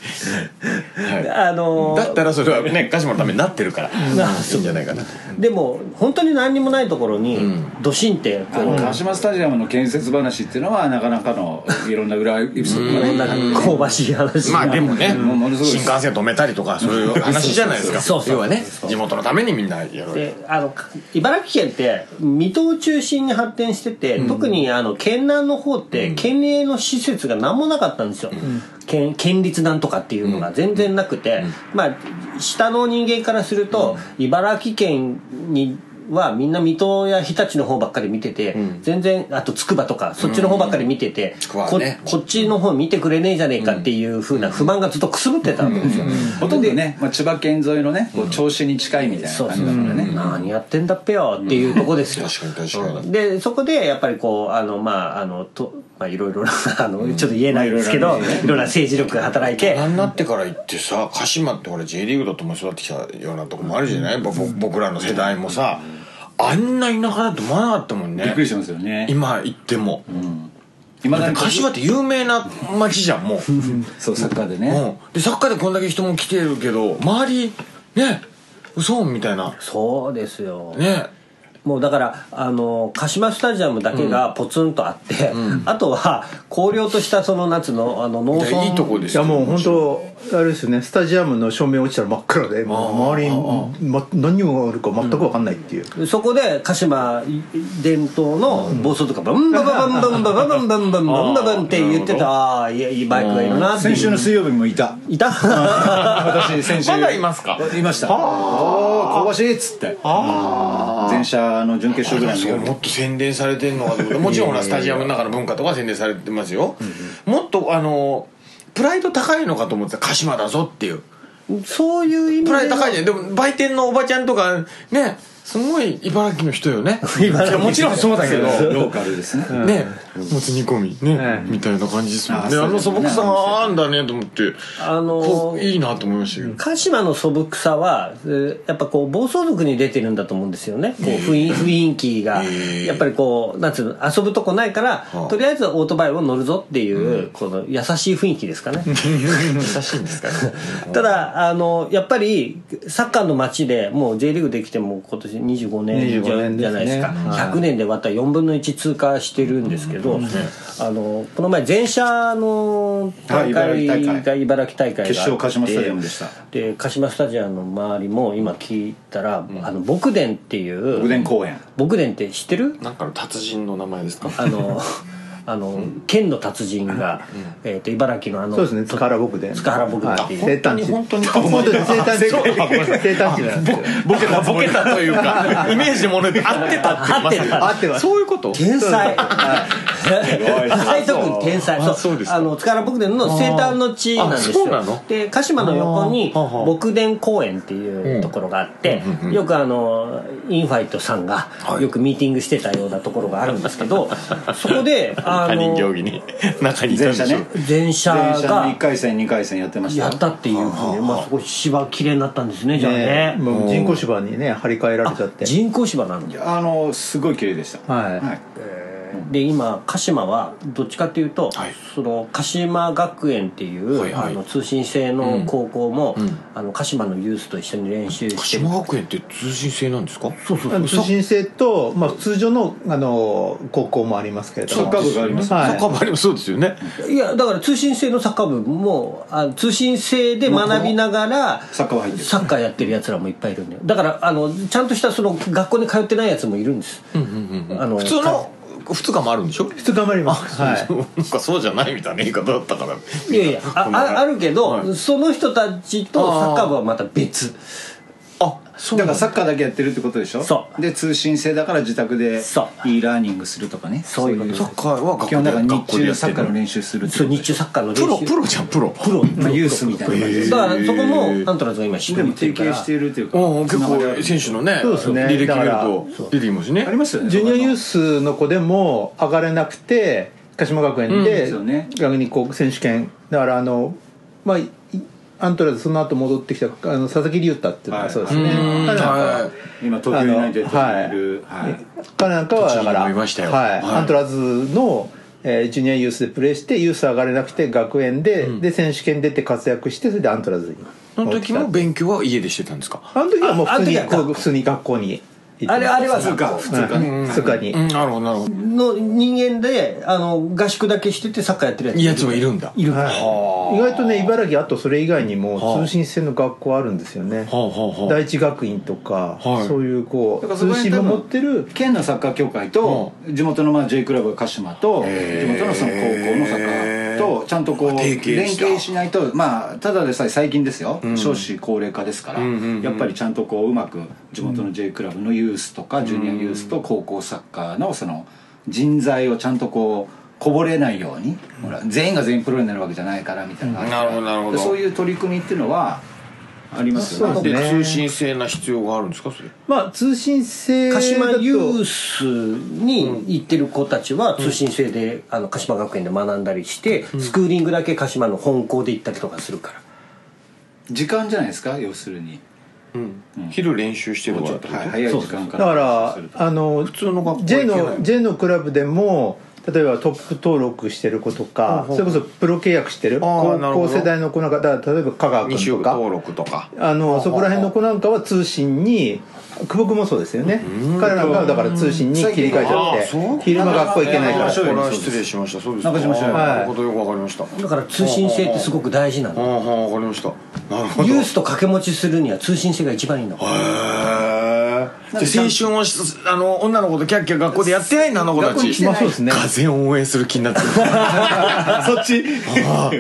あのだったらそれはね歌詞のためになってるから、いいんじゃないかなでも本当に何にもないところにドシンってこあのう鹿島スタジアムの建設話っていうのはなかなかのいろんな裏エピソードがねなんか香ばしい話まあでもね、うんものすごい新幹線止めたりとかそういう話じゃないですかそうそうそう要はね地元のためにみんなやるであのか茨城県って水戸を中心に発展してて、特にあの県南の方って、県営の施設が何もなかったんですよ、県県立なんとかっていうのが全然なくて、まあ下の人間からすると、茨城県にはみんな水戸や日立の方ばっかり見てて、全然あと筑波とかそっちの方ばっかり見てて、筑波はねここっちの方見てくれねえじゃねえかっていうふうな不満がずっとくすぶってたわけですよ、ほとんどね、まあ、千葉県沿いのねこう銚子に近いみたいなそう感でじすだからねね、何やってんだっぺよっていうとこですよ、確かに確かに、でそこでやっぱりこうあのまああのとまあいろいろなあのちょっと言えないですけど、いろんな政治力が働いて大人になってから行ってさ鹿島ってほら J リーグだとも育ってきたようなとこもあるじゃない、ぼぼ僕らの世代もさ、あんな田舎だと思わなかったもんねびっくりしますよね今行っても、いまだに鹿島って有名な街じゃんもう、うん、そうサッカーでねでサッカーでこんだけ人も来てるけど周りね嘘みたいなそうですよ、ねもうだからあの鹿島スタジアムだけがポツンとあって、あとは荒涼としたその夏のあの農いや村いいとこでいすやよもう本当あれですよねスタジアムの照明落ちたら真っ暗でもう周り、ま、何があるか全く分かんないっていう、そこで鹿島伝統の暴走とかバンバババンバンバババンバンバンバンバンバンって言ってたああいやいいバイクがいるなっていう先週の水曜日もいたいた私先週まだいますかいましたおー香ばしいっつって電車の準決勝ぐらいのそう夜もっと宣伝されてるのかと思ってもちろんほらスタジアムの中の文化とか宣伝されてますよ、もっとあのプライド高いのかと思ってた鹿島だぞっていうそういう意味プでライはド高いじゃんでも売店のおばちゃんとかねすごい茨城の人よねいやもちろんそうだけどローカルですねねもつ煮込みね、みたいな感じですもんねあの素朴さがあんだねと思ってあのーこういいなと思いましたけど鹿島の素朴さはえーやっぱこう暴走族に出てるんだと思うんですよねこう雰囲雰囲気がーやっぱりこうなんつうの遊ぶとこないからあとりあえずオートバイを乗るぞっていうこの優しい雰囲気ですかね優しいんですかね ただあのやっぱりサッカーの街でもう J リーグできても今年25年じゃ25年ですねじゃないですか100年で割った4分の1通過してるんですけどあのこの前全社の大会はい茨城大会が茨城大会があって決勝鹿島スタジアムでしたで鹿島スタジアムの周りも今聞いたら、あの牧電っていう国電公園牧電って知ってるなんかの達人の名前ですか あのあの、剣の達人が、えー、と茨城のあのそうですね塚原僕で塚原僕でっていう生誕地本当に本当に本当に生誕地 生誕地なんですよボケたボケたという かイメージもので合ってたっていう合っまさてたに合ってますそういうこと天才 斎藤君天才あそそううですかあの塚原牧伝の生誕の地なんですあそうなよので鹿島の横にあーはあはあ牧伝公園っていうところがあってよくあのインファイトさんがよくミーティングしてたようなところがあるんです けどそこであ他人行の儀に 中にいたんでしょう前者ね電車電車の1が回戦2回戦やってましたやったっていうふうにまあそこ芝綺麗になったんですねじゃあねもう人工芝にね張り替えられちゃって人工芝なんだあのすごい綺麗でしたはいで今鹿島はどっちかというと、はいその鹿島学園っていう、はいはいあの通信制の高校も、あの鹿島のユースと一緒に練習鹿してる島学園って通信制なんですかそうそうあの通信制と、まあ、通常のあの高校もありますけれどもサッカー部がありますはいサッカー部ありもそうですよねいやだから通信制のサッカー部もあ通信制で学びながらサッカーは入ってるサッカーやってるやつらもいっぱいいるんだよだからあのちゃんとしたその学校に通ってないやつもいるんですあの普通の2日もあるんでしょ普通頑張りますはいなんかそうじゃないみたいな言い方だったからいやいやあああるけど、その人たちとサッカー部はまた別あそうだからサッカーだけやってるってことでしょそうで通信制だから自宅でそ e ラーニングするとかねそういうことサッカーは学基校本でだから学日校でやっ中てサるッカーの練習するってそうこと日でし中ょサッカーの練プロ習プロじゃんプロプロまあユースみたいな感じだからそこもアントラーズが今で絞もって提るから携しているというかうん結つながりあ構る選手のねそうですね履歴だ見かるらと出てきますねありますよねジュニアユーススの子でも上がれなくて鹿島学園でですよね逆にこう選手権だからあのまあいアントラーズその後戻ってきたあの佐々木隆太っていうのはがいそうですうね、ん彼なんかははい今東京ユナイテッドにいるはい彼なんかはだ栃か木にらもいましたよはいはいアントラーズの、えージュニアユースでプレーしてユース上がれなくて学園で、で選手権出て活躍してそれでアントラーズにその時も勉強は家でしてたんですかあの時はもうああ普の通時には学校普通に学校に行ってあれあれは普通か普通かねうん普通科にうんなるほどなるほどの人間であの合宿だけしててサッカーやってるやつやつもいるんだはるはい、意外とね茨城あとそれ以外にも通信制の学校あるんですよね、あはあはあ第一学院とか、はいそういうこだうからそこ通ら辺信も持ってる県のサッカー協会と地元のまあ J クラブ鹿島と地元のその高校のサッカーとちゃんとこう提携連した携しないとまあただでさえ最近ですよ少子高齢化ですからうんうんうんやっぱりちゃんとこううまく地元の J クラブのユースとかジュニアユースと高校サッカーのその人材をちゃんとこうこぼれないようにほら全員が全員プロになるわけじゃないからみたいなのがなあるるほどなるほどそういう取り組みっていうのはありますよそねなうんでです通ね信制な必要があるんですかそれまあ通信制だ鹿と島ユースに行ってる子たちは通信制で、あの鹿島学園で学んだりして、スクーリングだけ鹿島の本校で行ったりとかするから時間じゃないですか要するに。昼練習してるもうわちょっとはい早い時間かだらからあの通の学校 J 行けないの J のクラブでも例えばトップ登録してる子とかそれこそプロ契約してるあー高なるほ校ど世代の子なんかだから例えば香川君西と岡か登録とかあのそこら辺の子なんかは通信に久保君もそうですよね彼なんかはだから通信に切り替えちああゃそうって昼間学校行けないからあ中こ島れ翔は也失礼しましたそうです中島翔也ああはいなるほどよくわかりましただから通信制ってすごく大事なはのあはあわかりましたなるほどユースと掛け持ちするには通信制が一番いいのへえじゃあ青春をしあの女の子とキャッキャ学校でやってないんだあの子た学校に来ちてないまあそうですね風を応援する気になってるそっちあ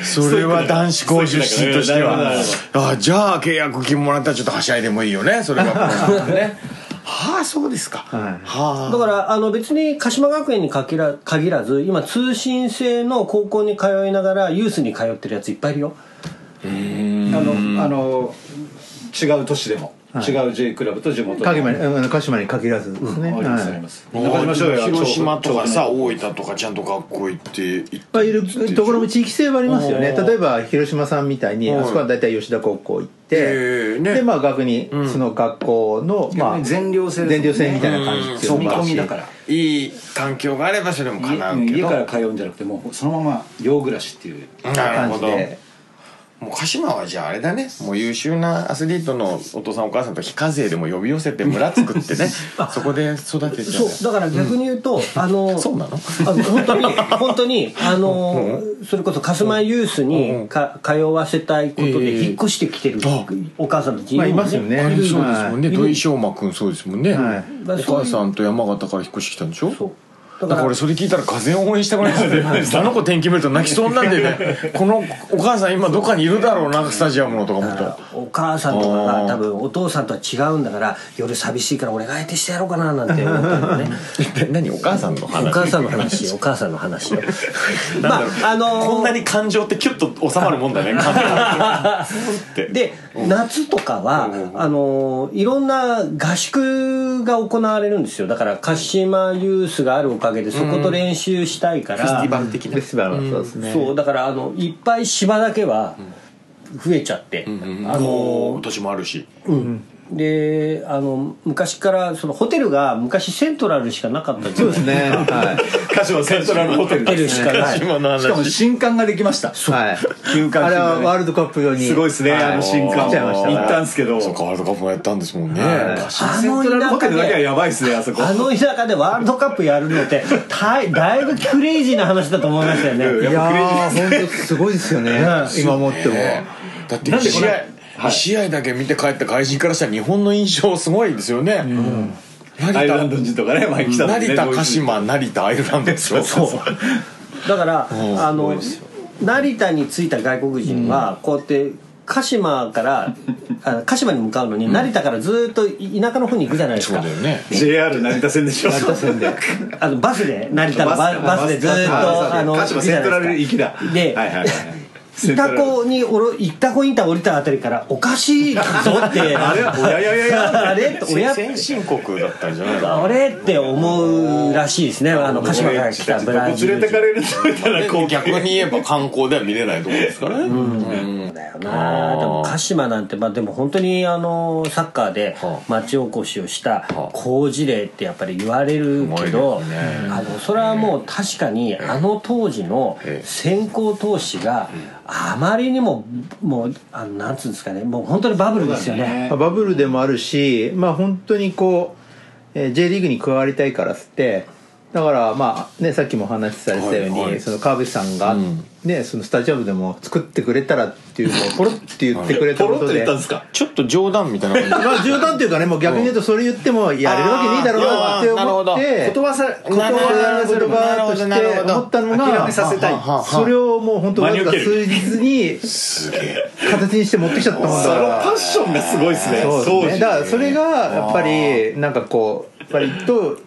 あそれは男子校出身としてはああじゃあ契約金もらったらちょっとはしゃいでもいいよねそれが ねはあそうですかはいはあだからあの別に鹿島学園に限ら限らず今通信制の高校に通いながらユースに通ってるやついっぱいいるよあのあの違う都市でも、違う J クラブと地元でも鹿島にあの鹿島に限らずですね、ありますありはます中島翔也は広島とかさ超大分とかちゃんと学校行って行ってまあ、いるところも地域性はありますよねおー例えば広島さんみたいにはいあそこは大体吉田高校行っえて、えねでまあ学にその学校の、ま逆あに全寮制ですもんね全寮制みたいな感じっていう住のみもある込しみだからいい環境があればそれも家叶うけど家から通うんじゃなくてもうそのまま寮暮らしって いうなる感ほじどでもう鹿島はじゃああれだねもう優秀なアスリートのお父さんお母さんと非課税でも呼び寄せて村作ってねそこで育てちゃうそうだから逆に言うと、あ のそうなのあの本当 に本当にあの、それこそ鹿島ユースにか、通わせたいことえでえ引っ越してきてる、あお母さんたちいまあいるもんますよね、そうですもんねはい土井翔真君そうですもんね、はいお母さんと山形から引っ越してきたんでしょそうだから俺それ聞いたら風を応援したくなっちゃってあの子天気見ると泣きそうになんでねこのお母さん今どっかにいるだろうなスタジアムのとか思ったらお母さんとかがあー多分お父さんとは違うんだから夜寂しいから俺が相手してやろうかななんて思ったの ね何お母さんのお話母さんの話よお母さんの話よまああのーこんなに感情ってキュッと収まるもんだ ね感情ってで夏とかは、あのいろんな合宿が行われるんですよだから鹿島ユースがあるおかげでそこと練習したいから、ル的フェスティバルはそうですね、そうだからあのいっぱい芝だけは増えちゃって、あの年もあるしであの昔からそのホテルが昔セントラルしかなかったんそうですねはい鹿島セントラルホテルホテルしかない島の しかも新館ができましたはい休館あれはワールルドカップ用にすごいですね、はあの新来ちゃいましたか館行らったんですけどそうかワールドカップもやったんですもんねはい鹿島セントラルホテルだけはやばいですねあそこあの田舎でワールドカップやるのって大だいぶクレイジーな話だと思いましたよねいやー本当すごいですよね今思っても、ねだって1試合一試合だけ見て帰った外人からしたら日本の印象すごいですよね成田アイルランド人とかね、まあ、来た時ね成田鹿島成田アイルランドでしょそうだから、んあの成田に着いた外国人はこうやって鹿島からあの鹿島に向かうのに成田からずっと田舎の方に行くじゃないですか、だよね JR 成田線でしょ成田線であのバスで成田のババスでずっとあの鹿島セントラル行きだではいはいはいイタコにおろイタコインター降りたあたりからおかしいぞ ってあれおやややや あれおや先進国だったんじゃないのあれって思うらしいですねあの鹿島から来たブラジル連れてかれるとみたいなこう 逆に言えば観光では見れないところですからね、だよなでも鹿島なんてまあでも本当にあのサッカーではあ町おこしをしたはあ好事例ってやっぱり言われるけすごいど、ですねあのそれはもう確かにあの当時のええ先行投資があまりにももうあのなんつうんですかねもう本当にバブルですよね。まあバブルでもあるし、まあ、本当にこう、えー J リーグに加わりたいからっつってだからまあ、ね、さっきもお話しされてたように、はいはいその川淵さんが、ね、そのスタジアムでも作ってくれたらっていうのをポロって言ってくれたポロこッとと言でったんですかちょっと冗談みたいな感じまあ冗談っていうかねもう逆に言うとそれ言ってもやれるわけねえだろうなってあーなるほ思どって言葉さなるほどなるほどなるほ言葉としてどなるほど思ったの諦がめさせたいはあはあそれをもう本当わずか数日にすげえ形にして持ってきちゃったもんだそかのらパッションがすごいですねそうで当すね時だからそれがやっぱりなんかこうやっぱりと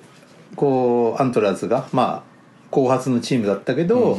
こうアントラーズがまあ後発のチームだったけど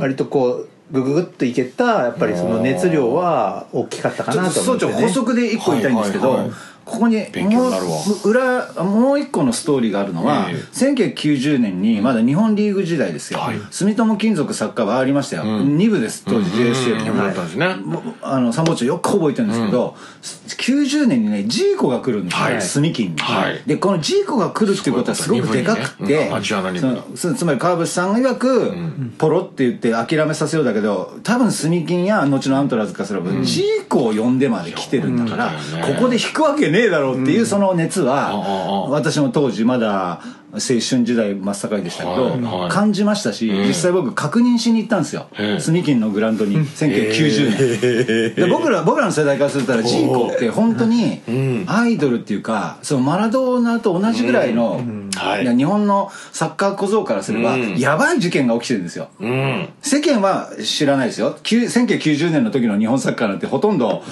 割とこうグググっといけたやっぱりその熱量は大きかったかちょなっとと思総って、長ね、補足で一個言いたいんですけど、はいはいはいここに勉強になるわもう裏もう一個のストーリーがあるのは、ええ1990年にまだ日本リーグ時代ですよ、はい住友金属サッカー部ありましたよ、2部です当時 JSL の、うんだったんですねもうあの参謀長よく覚えてるんですけど、90年にねジーコが来るんですよ、はい住金に、はいでこのジーコが来るっていうことはすごくでかくそういうことだ二部にてねうんアジアナリーそグのつつまり川淵さんが曰く、ポロって言って諦めさせようだけど多分住金や後のアントラーズからすれば、ジーコを呼んでまで来てるんだから、そうだよねここで引くわけねえだろうっていうその熱は、うん私も当時まだ青春時代真っ盛りでしたけど、はいはい感じましたし、実際僕確認しに行ったんですよ、ええスニキンのグラウンドに1990年、で僕ら僕らの世代からするとジーコって本当にアイドルっていうかそのマラドーナと同じぐらいの、はいいや日本のサッカー小僧からすれば、うんやばい事件が起きてるんですようん世間は知らないですよきゅう1990年の時の日本サッカーなんてほとんど、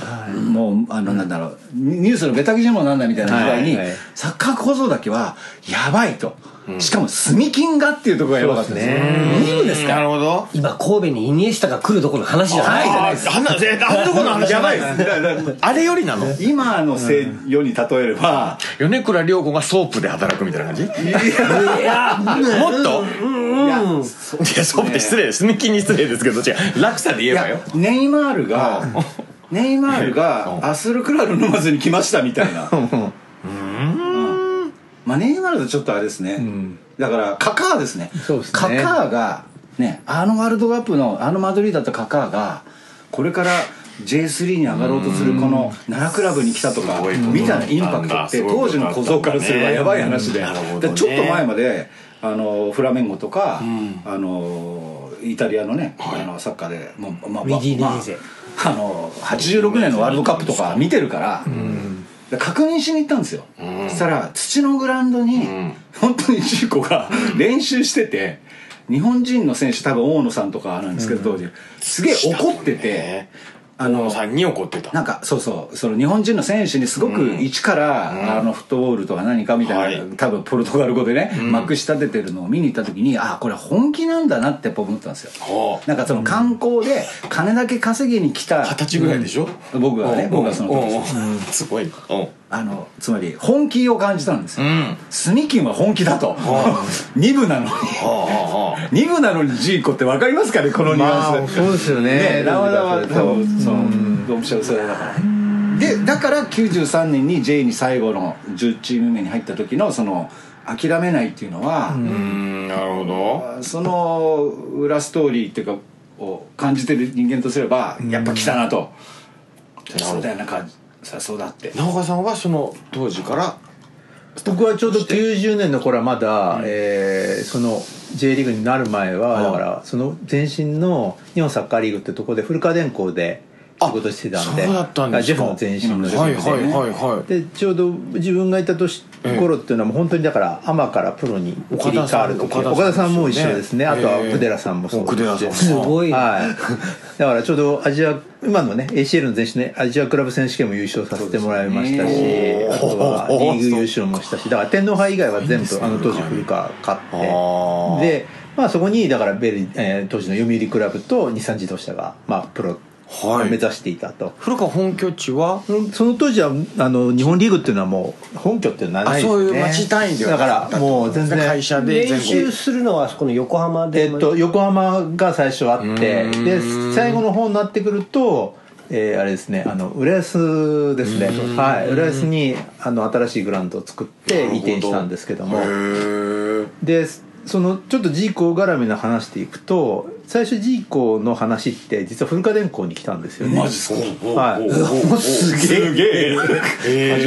もうあのなんだろう、ニニュースのベタ記事もなんだみたいな時代に、はいはいサッカー構造だけはやばいと、しかも住金がっていうところがやばかったんですよ2部ですかなるほど今神戸にイニエスタが来るところの話じゃないあーあんなぜあんなとこの話じゃないあれよりなの今のせ世に例えれば、米倉涼子がソープで働くみたいな感じもっといいややソープって失礼ですね気に失礼ですけど違う落差で言えばよネイマールがネイマールがアスルクラルのまずに来ましたみたいなうんまあネイマールとちょっとあれですね、だからカカーですねそうですねカカーがねあのワールドカップのあのマドリードだったカカーがこれから J3 に上がろうとするこの奈良クラブに来たとかすごいことだったんだみたいなインパクトってすごいこと当だったん時だの小僧からすればやばい話でなるほどねだからちょっと前まであのフラメンゴとか、あのイタリアのね、あのサッカーでもう、まあ、ウィディネーゼまあ、あの86年のワールドカップとか見てるから、で確認しに行ったんですよ、そしたら土のグラウンドに、本当にジーコが練習してて日本人の選手多分大野さんとかなんですけど当時すげえ怒ってて、ねあのさんに怒ってたなんかそうそうその日本人の選手にすごく一から、あのフットボールとは何かみたいな、は多分ポルトガル語でね、まくし立ててるのを見に行った時にあこれ本気なんだなってやっぱ思ったんですよほうなんかその観光で金だけ稼ぎに来た二十歳ぐらいでしょ僕はうねん僕はそのうん時うんすごいうんあのつまり本気を感じたんですよ、んスミキンは本気だと 2部なのにああああ2部なのにジーコって分かりますかねこのニュアンス、まあそうですよねねラウダは多そう分そのドンピシャの世代だからでだから93年に J に最後の10チーム目に入った時のその諦めないっていうのは、うんなるほどその裏ストーリーっていうかを感じてる人間とすればやっぱ来たなと、そうだよなんかさそうだって直川さんはその当時から僕はちょうど90年の頃はまだ、えーその J リーグになる前はだからその前身の日本サッカーリーグってとこで古川電工で仕事してたんでそうだったんですかジェフの前身のジェフはいはいはいはいでちょうど自分がいた年頃っていうのはもう本当にだからアマからプロに切り替わる時岡田さん岡田さんも一緒ですね、ええあとは奥寺さんもそう奥寺さんもですすごいはい、だからちょうどアジア今のね ACL の前身ねアジアクラブ選手権も優勝させてもらいましたし、あとはリーグ優勝もしたしだから天皇杯以外は全部あの当時古川勝ってあーで、まあ、そこにだからベリー、えー当時の読売クラブと日産自動車が、まあ、プロをはい目指していたと。古川本拠地はその当時はあの日本リーグっていうのはもう本拠っていうのはないですねあそういう町単位ではだからもう全然会社で練全習国するのはそこの横浜でえっと、横浜が最初あってで最後の方になってくると、えーあれですねあの浦安ですねはい浦安にあの新しいグラウンドを作って移転したんですけどもへえでそのちょっとジーコ絡みの話でいくと最初ジーコの話って実は古川電工に来たんですよねジっすかはいすげえ初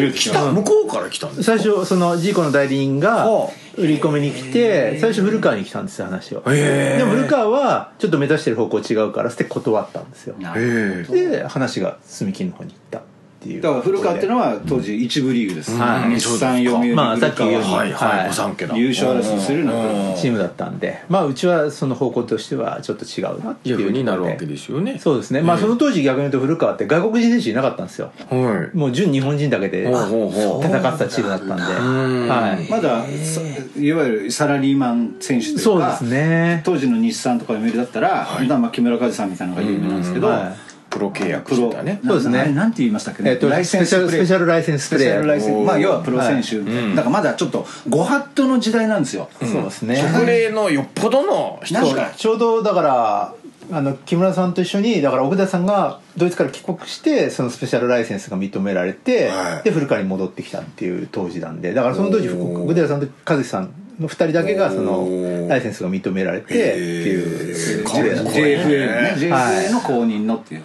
めて来来たた向こうから来たんです最初そのジーコの代理人がは売り込みに来て最初古川に来たんですよ話はでも古川はちょっと目指してる方向違うからって断ったんですよなえで話が住金の方に行ったっていうだから古川っていうのは当時一部リーグです、はい日産読売まあさっき言うようにはいははいい御三家だ優勝争いするのうんチームだったんでまあうちはその方向としてはちょっと違うなっていいううふうになるわけすですよねそうですねまあその当時逆に言うと古川って外国人選手いなかったんですよはもう純日本人だけでほう戦ほうほうってたチームだったんではいまださいわゆるサラリーマン選手というかそうですね当時の日産とか読売だったら、今まあ木村和司さんみたいなのが有名なんですけど、はいいプロ契約プしロてたねそうですねなななんて言いましたっけね、えっとスペシャルプレースペシャルライセンスプレーヤースペシャルライセンスおーまあ要はプロ選手みたいな、だからまだちょっとご法度の時代なんですよ、そうですね特例のよっぽどの人なんそうかちょうどだからあの木村さんと一緒にだから奥田さんがドイツから帰国してそのスペシャルライセンスが認められて、はいで古川に戻ってきたっていう当時なんでだからその当時おー奥田さんと和樹さんの2人だけがそおのーライセンスが認められてっていう事例だったん JFA でのね JFA の公認のっていう、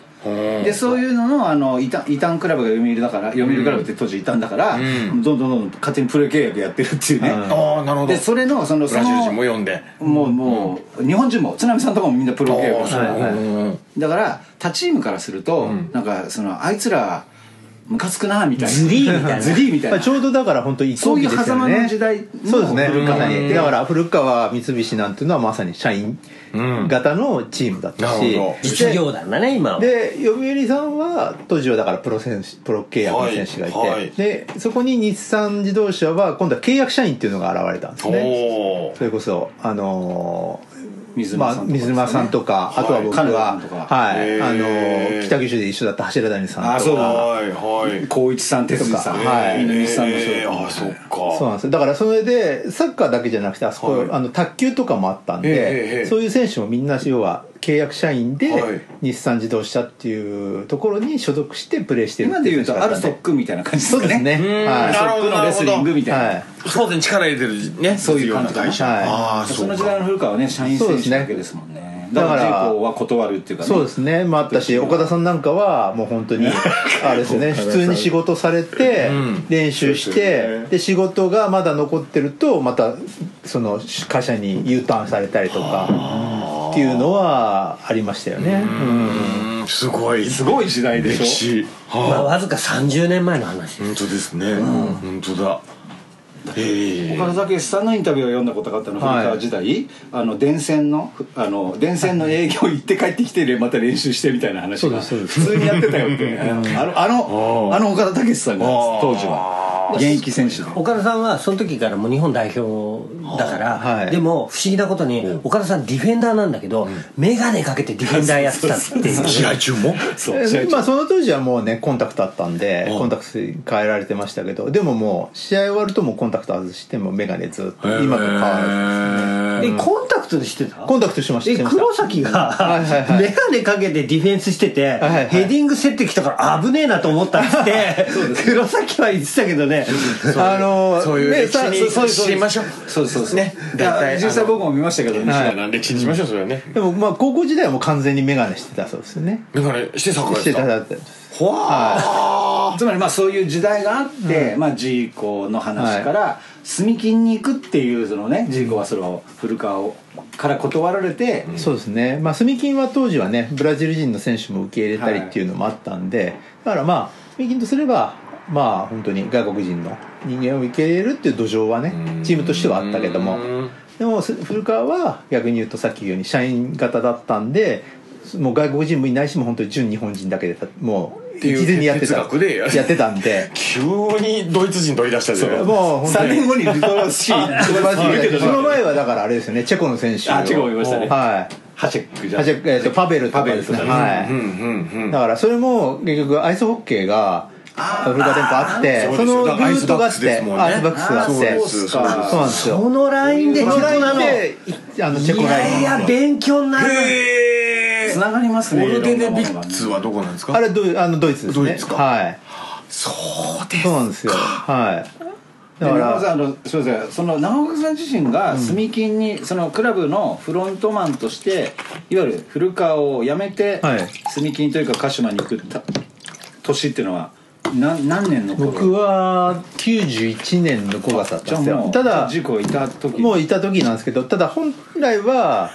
でそういうののあの異端異端クラブが読売だから読売クラブって当時異端だから、どんどんどんどん勝手にプロ契約やってるっていうね、ああなるほどでそれのそのブラジル人も読んでそのもうもう、日本人も津波さんとかもみんなプロ契約をしてるはいはいだから他チームからすると、なんかそのあいつらムカつくなみたいなずりーみたいなずりーみたいまあなちょうどだから本当に移行期ですよねそういう狭間の時代のそうですね古川うにんだから古川三菱なんていうのはまさに社員型のチームだっうたし、んなるほど実業団だね今はで読売さんは当時はだからプロ選手プロ契約の選手がいて、はいはいでそこに日産自動車は今度は契約社員っていうのが現れたんですねおそれこそあのー水ま沼あさんと水沼さんかですねとか、あとは僕は、はいは金田さんとかい、あのへーー北九州で一緒だった柱谷さんとかあそうだはいはい光一さん哲司さんとかはいみんな日産の人えーあそっかそうなんですよだからそれでサッカーだけじゃなくてあそこ、はいあの卓球とかもあったんで、ええええそういう選手もみんな要は契約社員で、はい日産自動車っていうところに所属してプレーしてる今で言うとアルそソックみたいな感じですそうかですねねアルソはックのレスリングみい、たいなはいスポーツに力入れてるねそういう感感じじかな会社はいああその時か代の古川はね社員選手だけですもんねだかだかららジーコは断るっていうかねそうですねまああったし岡田さんなんかはもう本当にあれですね普通に仕事されて練習しそうですてねで仕事がまだ残ってるとまたその会社に U ターンされたりとかっていうのはありましたよねうんすごいすごい時代で歴しょ史まあ、はわずか30年前の話い本当ですね本当だええ岡田武史さんのインタビューを読んだことがあったの古はい川時代、あの電線のあの電線の営業行って帰ってきてまた練習してみたいな話そうがですそうです普通にやってたよってあのあのあの岡田武史さんが当時は現役選手で岡田さんはその時からもう日本代表だから、はいでも不思議なことに岡田さんディフェンダーなんだけど、眼鏡かけてディフェンダーやってたっていう試合中もそう試合中まあその当時はもうねコンタクトあったんでうんコンタクトに変えられてましたけどでももう試合終わるともうコンタクト外してもう眼鏡ずっと今と変わらずえコンタクトでしてたコンタクトしてましたえしてました黒崎がいはいはい眼鏡かけてディフェンスしてていはいヘディング競ってきたから危ねえなと思ったっつって黒崎は言ってたけどねあのそういうね歴史にさそうそう知りましょうそうそうそうねいや実際僕も見ましたけどね、はい歴史にしましょうそれはねでもまあ高校時代はもう完全に眼鏡してたそうですよね眼鏡してサッカーやっしててたただってほわつまりまあそういう時代があって、まあジーコの話から住金に行くっていうそのねジーコはそれを古川をから断られて、そうですね、まあ、スミキンは当時はねブラジル人の選手も受け入れたりっていうのもあったんで、だからまあスミキンとすればまあ本当に外国人の人間を受け入れるっていう土壌はねチームとしてはあったけどもでもす古川は逆に言うとさっき言うように社員型だったんでもう外国人もいないしもう本当に純日本人だけでたもうていう一途にやってた哲学でやるやってたんで急にドイツ人取り出したじゃ んもう本当3に年後にルトラシー素晴らしいねその前はだからあれですよねチェコの選手をあチェコもいましたねはいハチェ ックじゃんあじゃあえっとパベルとかですねパベルとかはい、うんうんうんだからそれも結局アイスホッケーがアフリカ連邦あってあーそのルートがあっそうでてすよアイスバックスがあってそうですそうなんですよこのラインでチェそコのライなンのでいあのチェコラインいや勉強になるへえつながりますねオルデネビッツはどこなんですかあれドイあのドイツですねドイツかはいそうですそうなんですよはいでだか長岡さんらあのすみませんその長岡さん自身が住金にそのクラブのフロントマンとしていわゆる古川を辞めてはい住金というか鹿島に行くた年っていうのはな何年の頃僕は91年の5月だったんですじゃあもようただ事故いた時もういた時なんですけどただ本来は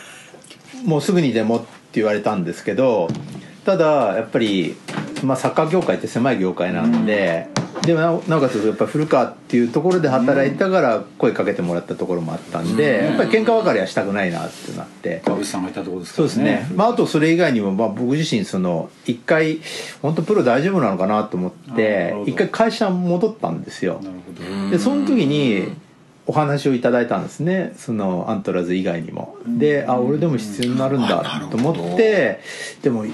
もうすぐにでもって言われたんですけどただやっぱり、まあ、サッカー業界って狭い業界なんで、でもなおなおかつやっぱり古川っていうところで働いたから声かけてもらったところもあったんで、やっぱり喧嘩別れはしたくないなってなって。川口さんがいたところですかそうらですね、まあ、あとそれ以外にも、まあ、僕自身その一回本当プロ大丈夫なのかなと思っあーなるてほど一回会社戻ったんですよなるほどでその時にお話をいただいたんですねそのアントラーズ以外にもであ俺でも必要になるんだと思ってでも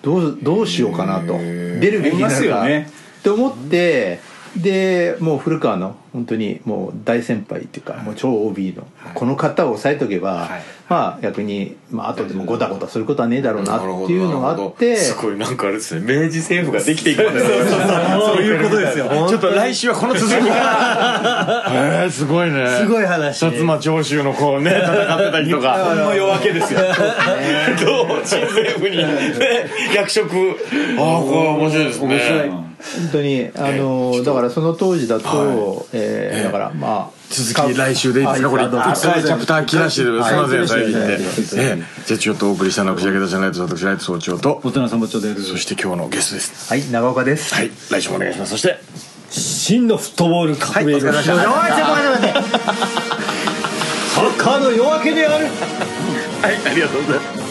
どうどうしようかなと出るべきな思いますのよかねって思ってでもう古川の本当にもう大先輩っていうかもう超 OB のこの方を抑えとけばはいまあ逆にまあ後でもゴタゴタすることはねえだろうななるほどっていうのがあってすごいなんかあれですね明治政府ができていくんだそうそうそういうことですよ ちょっと来週はこの続き から。えー、すごいね。すごい話薩摩長州のこうね、戦ってたりとか。の夜明けですよどう新政府に、ね、役職。ああ、これ面白いですね。本当にあのだからその当時だと、えーだからまあ続き来週でいいですかこれ一回チャプター切らしてすいません最近でええじゃあちょっとお送りしたのは藤田じゃないと私ライト総長と大人さんもちょうどやるそして今日のゲストですはい長岡ですはい来週もお願いしますそして真のフットボール革命ですおいちょっと待って待ってサッカーの夜明けであるはいありがとうございます